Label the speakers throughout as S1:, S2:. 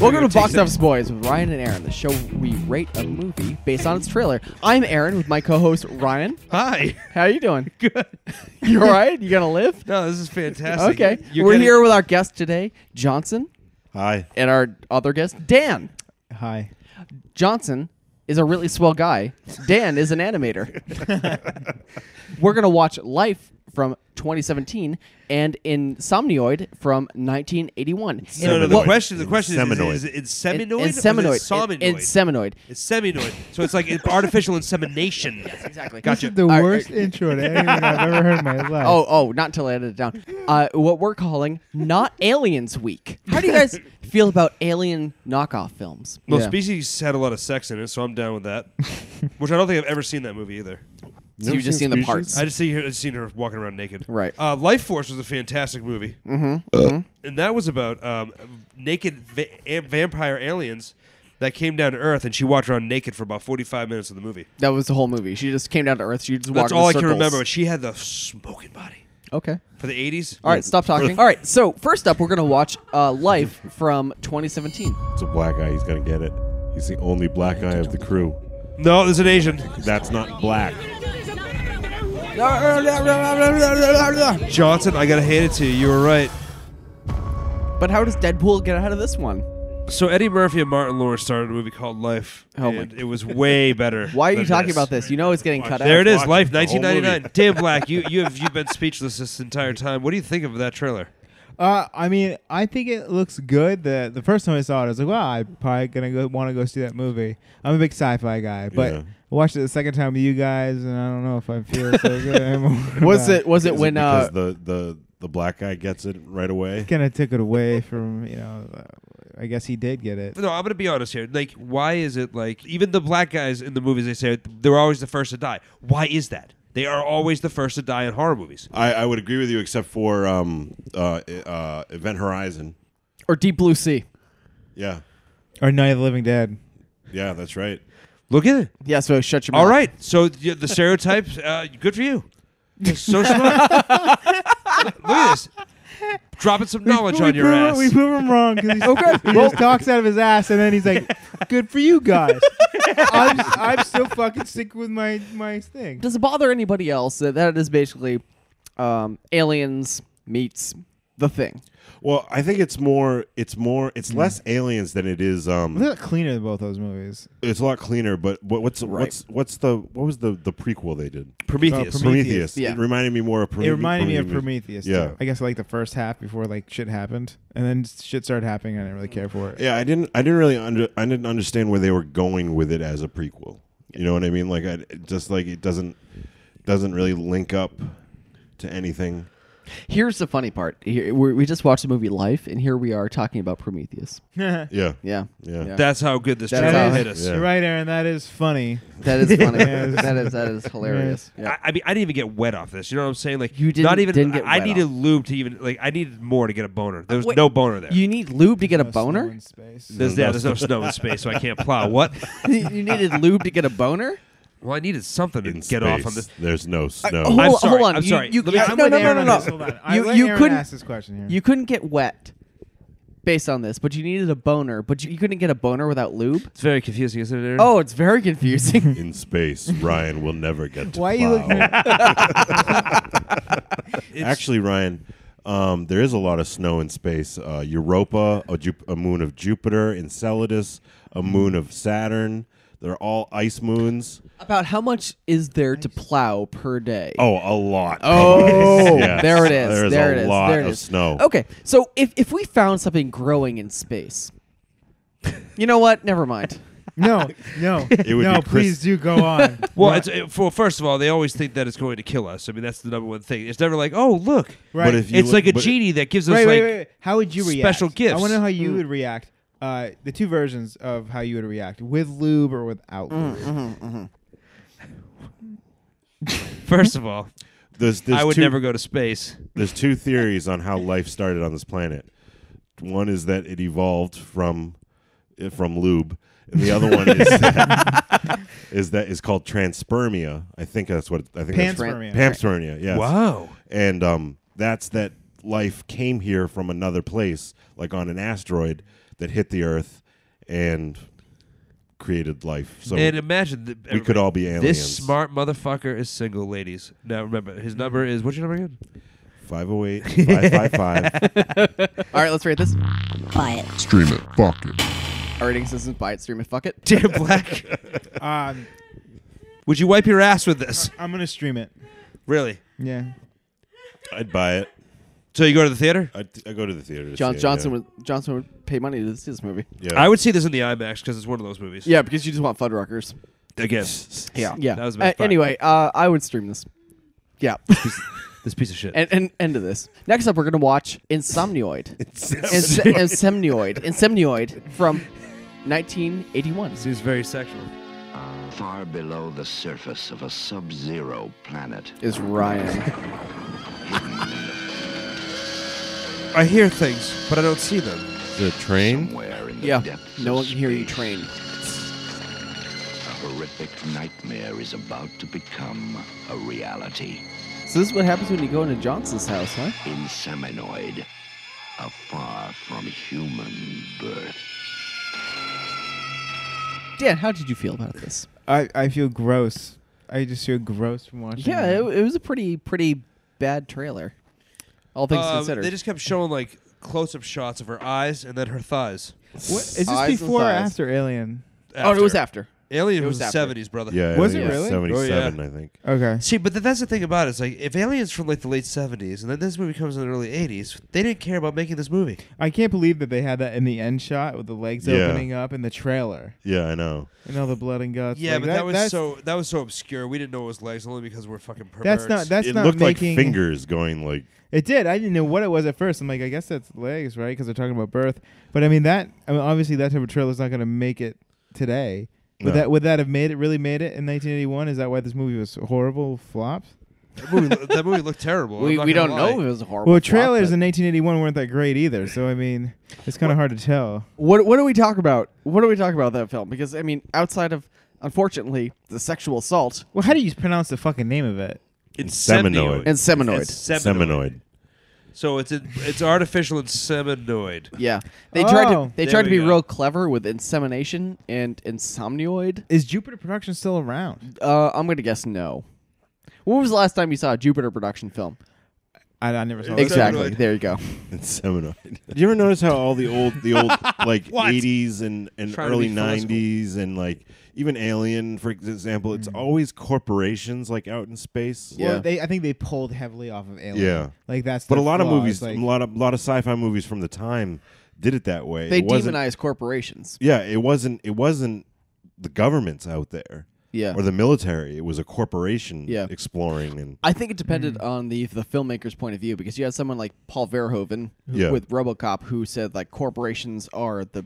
S1: Welcome to
S2: Take
S1: Box
S2: six.
S1: Office Boys with Ryan and Aaron, the show where we rate a movie based on its trailer. I'm Aaron with my co-host Ryan.
S2: Hi.
S1: How you doing?
S2: Good.
S1: You all right? You gonna live?
S2: No, this is fantastic.
S1: Okay.
S2: You're
S1: We're
S2: getting-
S1: here with our guest today, Johnson,
S3: Hi.
S1: and our other guest, Dan.
S4: Hi.
S1: Johnson is a really swell guy. Dan is an animator. We're gonna watch Life from 2017 and Insomnioid from 1981.
S2: No, no,
S1: And
S2: the
S1: what-
S3: Seminoid.
S2: question, the question
S3: Seminoid.
S2: is, is, it seminoid
S1: and-
S2: or
S1: and
S2: is it
S1: Seminoid.
S2: sominoid?
S1: And- and Seminoid.
S2: It's seminoid. So it's like it's artificial insemination. Yes,
S1: exactly.
S2: Gotcha.
S4: The
S1: All right.
S4: worst intro to anything I've ever heard in my life.
S1: Oh, oh, not until I edit it down. Uh, what we're calling Not Aliens Week. How do you guys feel about alien knockoff films?
S2: well, Species had a lot of sex in it, so I'm down with that. Which I don't think I've ever seen that movie either.
S1: So you've just seen the parts.
S2: I just see her, I just seen her walking around naked.
S1: Right.
S2: Uh, Life Force was a fantastic movie, mm-hmm. and that was about um, naked va- am- vampire aliens that came down to Earth, and she walked around naked for about forty-five minutes of the movie.
S1: that was the whole movie. She just came down to Earth. She just walked
S2: That's
S1: in
S2: all I
S1: circles.
S2: can remember. But she had the smoking body
S1: Okay.
S2: for the eighties.
S1: All right, stop talking. All right, so first up, we're going to watch uh, Life from 2017.
S3: It's a black guy. He's going to get it. He's the only black guy of the crew.
S2: No, there's an Asian.
S3: That's not black.
S2: Johnson, I gotta hand it to you. You were right.
S1: But how does Deadpool get out of this one?
S2: So Eddie Murphy and Martin Lawrence started a movie called Life,
S1: Oh my-
S2: and it was way better.
S1: Why are you
S2: than
S1: talking
S2: this.
S1: about this? You know it's getting cut out.
S2: There it is,
S3: watching
S2: Life,
S3: the whole
S2: 1999. Damn, Black, you you have you've been speechless this entire time. What do you think of that trailer?
S4: Uh, I mean, I think it looks good. The the first time I saw it, I was like, wow, I'm probably gonna go, want to go see that movie. I'm a big sci-fi guy, but
S3: Yeah.
S4: I watched it the second time with you guys, and I don't know if I feel so good anymore.
S1: Was it
S4: But
S1: was it
S3: Is
S1: when
S3: because
S1: uh,
S3: the, the, the black guy gets it right away?
S4: it kind of took it away from you know? uh, I guess he did get it.
S2: No, I'm gonna be honest here. Like, why is it like even the black guys in the movies they say they're always the first to die? Why is that? They are always the first to die in horror movies.
S3: I, I would agree with you, except for um, uh, uh, Event Horizon.
S1: or Deep Blue Sea?
S3: Yeah.
S4: Or Night of the Living Dead.
S3: Yeah, that's right.
S2: Look at it.
S1: Yeah, so shut your mouth.
S2: All right, so the, the stereotypes. Uh, good for you. You're so smart. Look at this. Dropping some knowledge
S4: we
S2: on your
S4: prove
S2: ass.
S4: Him, we prove him wrong because
S1: Okay,
S4: he just talks out of his ass, and then he's like, "Good for you guys." I'm, I'm still fucking sick with my my thing.
S1: Does it bother anybody else that that is basically um, aliens meets the thing?
S3: Well, I think it's more, it's more, it's less aliens than it is. Um,
S4: They're cleaner than both those movies.
S3: it's a lot cleaner. But what, what's what's what's the what was the the prequel they did? Uh,
S2: Prometheus.
S4: Oh, Prometheus.
S3: Prometheus.
S1: yeah.
S3: It reminded me more of Prometheus.
S4: It reminded me of Prometheus.
S3: Yeah.
S4: too. I guess like the first half before like shit happened, and then shit started happening. and I didn't really care for it.
S3: Yeah, I didn't. I didn't really. Under, I didn't understand where they were going with it as a prequel. You know what I mean? Like, I it just like it doesn't doesn't really link up to anything.
S1: Here's the funny part. Here, we we just watched the movie Life, and here we are talking about Prometheus.
S3: Yeah,
S1: Yeah,
S3: Yeah.
S2: That's how good this
S1: That's
S2: trailer
S1: how-
S2: hit us.
S3: Yeah.
S4: You're right, Aaron. That is funny.
S1: that is funny.
S4: Yes.
S1: That is that is hilarious. Yeah.
S2: I, I mean, I didn't even get wet off this. You know what I'm saying? Like,
S1: You didn't-
S2: not even.
S1: didn't get
S2: I, I
S1: wet
S2: needed
S1: off.
S2: lube to even like. I needed more to get a boner. There was
S1: Wait,
S2: no boner there.
S1: You need lube to get a
S4: No snow
S1: boner.
S4: in space.
S2: there's, yeah, there's no snow in space, so I can't plow. What?
S1: you needed lube to get a boner.
S2: Well, I needed something to
S3: In
S2: get off
S3: space,
S2: on this.
S3: There's no snow.
S1: hold,
S2: Oh, I'm
S1: on,
S2: sorry,
S1: hold on.
S2: I'm
S1: You-
S2: sorry.
S1: You,
S2: Let me-
S1: can't-
S2: I'm
S1: no,
S2: with
S1: no, no,
S4: Aaron
S1: no,
S4: on
S1: no,
S4: this. Hold on. I
S1: You,
S4: let
S1: you
S4: Aaron
S1: couldn't
S4: ask this question here.
S1: You couldn't get wet based on this, but you needed a boner. But you, you couldn't get a boner without lube.
S2: It's very confusing, isn't it? Aaron?
S1: Oh, it's very confusing.
S3: in space, Ryan will never get to
S4: Why are you
S3: plow.
S4: looking
S2: It's-
S3: Actually, Ryan, um, there is a lot of snow in space. Uh, Europa, a, Ju- a moon of Jupiter, Enceladus, a moon of Saturn. They're all ice moons.
S1: About how much is there to plow per day?
S3: Oh, a lot.
S1: Oh,
S3: Yes.
S1: there it is.
S3: There is
S1: there
S3: a
S1: it is.
S3: lot
S1: there it
S3: of
S1: is.
S3: snow.
S1: Okay, so if if we found something growing in space, you know what? Never mind.
S4: No, no,
S3: would
S4: no.
S3: be Chris-
S4: Please do go on.
S2: Well, it's, it, well, first of all, they always think that it's going to kill us. I mean, that's the number one thing. It's never like, oh, look,
S4: Right.
S3: But if you
S2: it's
S3: look-
S2: like a
S3: but-
S2: genie that gives us
S4: Right,
S2: like
S4: wait, wait, wait. How would you react?
S2: special gifts.
S4: I want to know how
S1: Mm.
S4: you would react. Uh, the two versions of how you would react with lube or without
S1: Mm,
S4: lube.
S1: mm-hmm.
S2: First of all,
S3: There's, there's
S2: I would
S3: two,
S2: never go to space.
S3: There's two theories on how life started on this planet. One is that it evolved from eh, from lube, and the other one is is that is called transpermia. I think that's what I think that's
S4: Panspermia.
S3: panspermia. Yes.
S2: Wow.
S3: And um, that's that life came here from another place, like on an asteroid that hit the Earth and created life. So
S2: and imagine that
S3: we could all be aliens.
S2: This smart motherfucker is single, ladies. Now remember, his number is what's your number again?
S3: 508 555.
S1: All right, let's rate this.
S5: Buy it.
S6: Stream it. Fuck it.
S1: Our rating system: buy it, stream it, fuck it.
S2: Damn black.
S4: Um,
S2: Would you wipe your ass with this?
S4: I'm gonna stream it.
S2: Really?
S4: Yeah.
S3: I'd buy it.
S2: So you go to the theater?
S3: I'd, I'd go to the theater. To
S1: John
S3: see it,
S1: Johnson
S3: yeah.
S1: would Johnson would pay money to see this movie.
S3: Yeah.
S2: I would see this in the IMAX because it's one of those movies.
S1: Yeah, because you just want Fuddruckers.
S2: Again,
S1: Yeah, yeah.
S2: That was the best
S1: Uh,
S2: part.
S1: anyway, uh, I would stream this. Yeah,
S2: this piece of shit.
S1: and, and end of this. Next up, we're gonna watch Insomnioid. Ins- Insomnioid. Insomnioid from 1981.
S2: Seems very sexual.
S7: Far below the surface of a sub zero planet,
S1: Is Ryan?
S2: I hear things, but I don't see them.
S3: the train.
S7: somewhere in the
S1: Yeah,
S7: depths
S1: no
S7: of
S1: one can hear you
S7: space,
S1: train.
S7: A horrific nightmare is about to become a reality.
S1: So this is what happens when you go into Johnson's house, huh?
S7: In Seminoid, a far from human birth.
S1: Dan, how did you feel about this?
S4: I, I feel gross. I just feel gross from watching.
S1: Yeah,
S4: that.
S1: it, it was a pretty pretty bad trailer. All things
S2: Um,
S1: considered.
S2: They just kept showing like close-up shots of her eyes and then her thighs.
S4: What, is this
S1: Eyes and
S4: before or
S1: thighs.
S4: after Alien?
S1: Oh, it was after.
S2: Alien
S1: it
S2: was,
S1: was
S2: the
S1: after.
S2: seventies, brother.
S3: Yeah. I
S4: Was
S3: think
S4: it really? Oh, yeah.
S3: 77, I think.
S4: Okay.
S2: See, but th- that's the thing about it. It's like if Aliens from like the late seventies, and then this movie comes in the early eighties, they didn't care about making this movie.
S4: I can't believe that they had that in the end shot with the legs
S3: Yeah.
S4: opening up and the trailer
S3: Yeah, I know.
S4: and all the blood and guts.
S2: yeah,
S4: Like,
S2: but that, was
S4: that's-
S2: so that was so obscure. We didn't know it was legs only because we're fucking perverts.
S4: That's not. That's
S3: it
S4: not
S3: looked like
S4: making.
S3: fingers going like
S4: It did. I didn't know what it was at first. I'm like, I guess that's legs, right? Because they're talking about birth. But I mean that. I mean, obviously that type of trailer's not going to make it today. Would
S3: No.
S4: that would that have made it really made it in 1981? Is that why this movie was horrible flops?
S2: that, movie, that movie looked terrible. I'm
S1: we
S2: not
S1: we
S2: gonna
S1: don't
S2: lie.
S1: know if it was a horrible.
S4: Well,
S1: flop,
S4: trailers
S1: but-
S4: in 1981 weren't that great either. So I mean, it's kind of hard to tell.
S1: What what do we talk about? What do we talk about that film? Because I mean, outside of unfortunately the sexual assault
S4: Well, how do you pronounce the fucking name of it?
S2: It's
S3: Seminoid.
S1: and Seminoid,
S3: seminoid.
S2: So it's in, it's artificial and seminoid.
S1: yeah, they tried
S4: Oh.
S1: to they
S2: There
S1: tried to
S2: we
S1: be
S2: go.
S1: real clever with insemination and insomnioid.
S4: Is Jupiter Productions still around?
S1: Uh, I'm gonna guess no. When was the last time you saw a Jupiter production film?
S4: I, I never saw.
S2: Ex-
S4: Exactly.
S1: exactly.
S2: Seminoid.
S1: There you go.
S3: And seminoid. Did you ever notice how all the old the old like
S2: What?
S3: 80s and, and
S2: Trying to
S3: early
S2: be philosophical.
S3: 90s and like even Alien for example, it's always corporations like out in space.
S1: Yeah.
S4: Well, they, I think they pulled heavily off of Alien.
S3: Yeah.
S4: Like that's.
S3: But a
S4: their
S3: lot of
S4: flaw,
S3: movies,
S4: is, like-
S3: a lot of lot of sci-fi movies from the time did it that way.
S1: They
S3: it wasn't,
S1: demonize corporations.
S3: Yeah, it wasn't. It wasn't the governments out there
S1: Yeah.
S3: or the military. It was a corporation
S1: Yeah.
S3: exploring and
S1: I think it depended
S4: Hmm.
S1: on the the filmmaker's point of view because you had someone like Paul Verhoeven who-
S3: Yeah.
S1: with RoboCop who said like corporations are the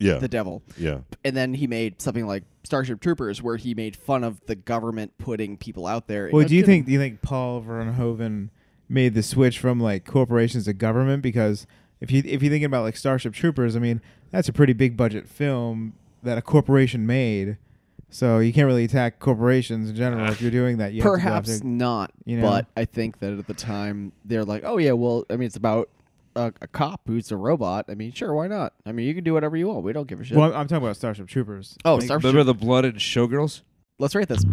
S3: yeah,
S1: the devil.
S3: yeah,
S1: and then he made something like Starship Troopers, where he made fun of the government putting people out there.
S4: Well,
S1: No
S4: do you
S1: kidding.
S4: think do you think Paul Verhoeven made the switch from like corporations to government? Because if you if you're thinking about like Starship Troopers, I mean that's a pretty big budget film that a corporation made. So you can't really attack corporations in general if you're doing that. You have to go
S1: Perhaps
S4: after-
S1: not,
S4: you know?
S1: but I think that at the time they're like, "Oh yeah, well, I mean, it's about a, a cop who's a robot. I mean, sure, why not? I mean, you can do whatever you want. We don't give a shit."
S4: well, I'm, I'm talking about Starship Troopers.
S1: oh,
S4: Like,
S1: Starship.
S2: Remember the blood and showgirls?
S1: Let's rate this.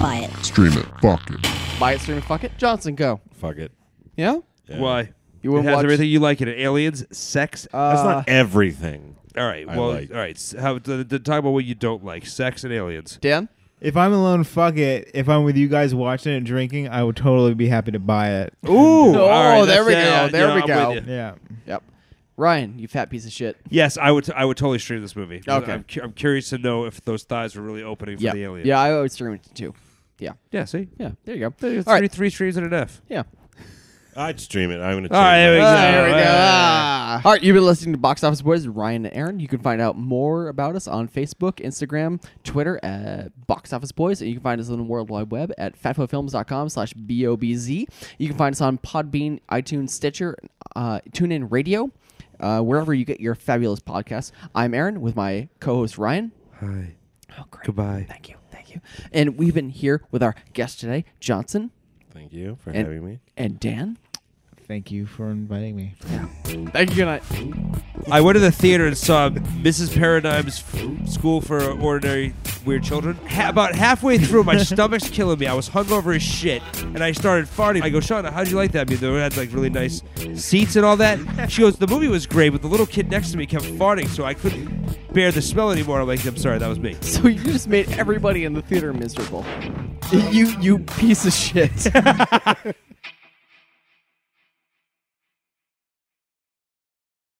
S5: Buy it.
S6: Stream it. Fuck it.
S1: Buy it, stream it, fuck it. Johnson, go.
S3: fuck it.
S1: Yeah,
S3: Yeah.
S2: Why?
S1: you
S2: It
S1: wouldn't
S2: has
S1: watch.
S2: everything you like in it. Aliens, sex.
S1: Uh,
S3: That's not everything.
S2: all right.
S3: I
S2: Well,
S3: like-
S2: all right. s- How the, the talk about what you don't like: sex and aliens.
S1: Dan.
S4: If I'm alone, fuck it. If I'm with you guys watching and drinking, I would totally be happy to buy it.
S2: Ooh.
S1: Oh, there we go, there we go.
S4: Yeah.
S1: Yep. Ryan, you fat piece of shit.
S2: Yes, I would. T- I would totally stream this movie. 'Cause
S1: Okay.
S2: I'm, cu- I'm curious to know if those thighs were really opening for
S1: Yeah,
S2: the alien.
S1: yeah. I always stream it too. Yeah,
S2: Yeah. See.
S1: yeah. There you go.
S2: Three,
S1: All right.
S2: three streams and an F.
S1: Yeah.
S3: I'd stream it. I'm gonna.
S2: All right, there
S3: change
S2: we
S3: my-
S2: go.
S1: Ah, there we go.
S2: Ah.
S1: All right, you've been listening to Box Office Boys, Ryan and Aaron. You can find out more about us on Facebook, Instagram, Twitter at Box Office Boys, and you can find us on the World Wide Web at fatboyfilms.com slash B-O-B-Z. You can find us on Podbean, iTunes, Stitcher, uh, TuneIn Radio, uh, wherever you get your fabulous podcasts. I'm Aaron with my co-host Ryan.
S2: Hi.
S1: Oh, great.
S2: Goodbye.
S1: Thank you. Thank you. And we've been here with our guest today, Johnson
S3: Thank you for
S1: and,
S3: having me.
S1: and Dan.
S4: Thank you for inviting me.
S1: Thank you. Good night.
S2: I went to the theater and saw Mrs. Paradigm's f- School for Ordinary Weird Children. Ha- about halfway through, my stomach's killing me. I was hungover as shit, and I started farting. I go, Shauna, how'd you like that? I mean, they had like really nice seats and all that. She goes, the movie was great, but the little kid next to me kept farting, so I couldn't bear the smell anymore. I'm like, I'm sorry, that was me.
S1: So you just made everybody in the theater miserable. You you piece of shit.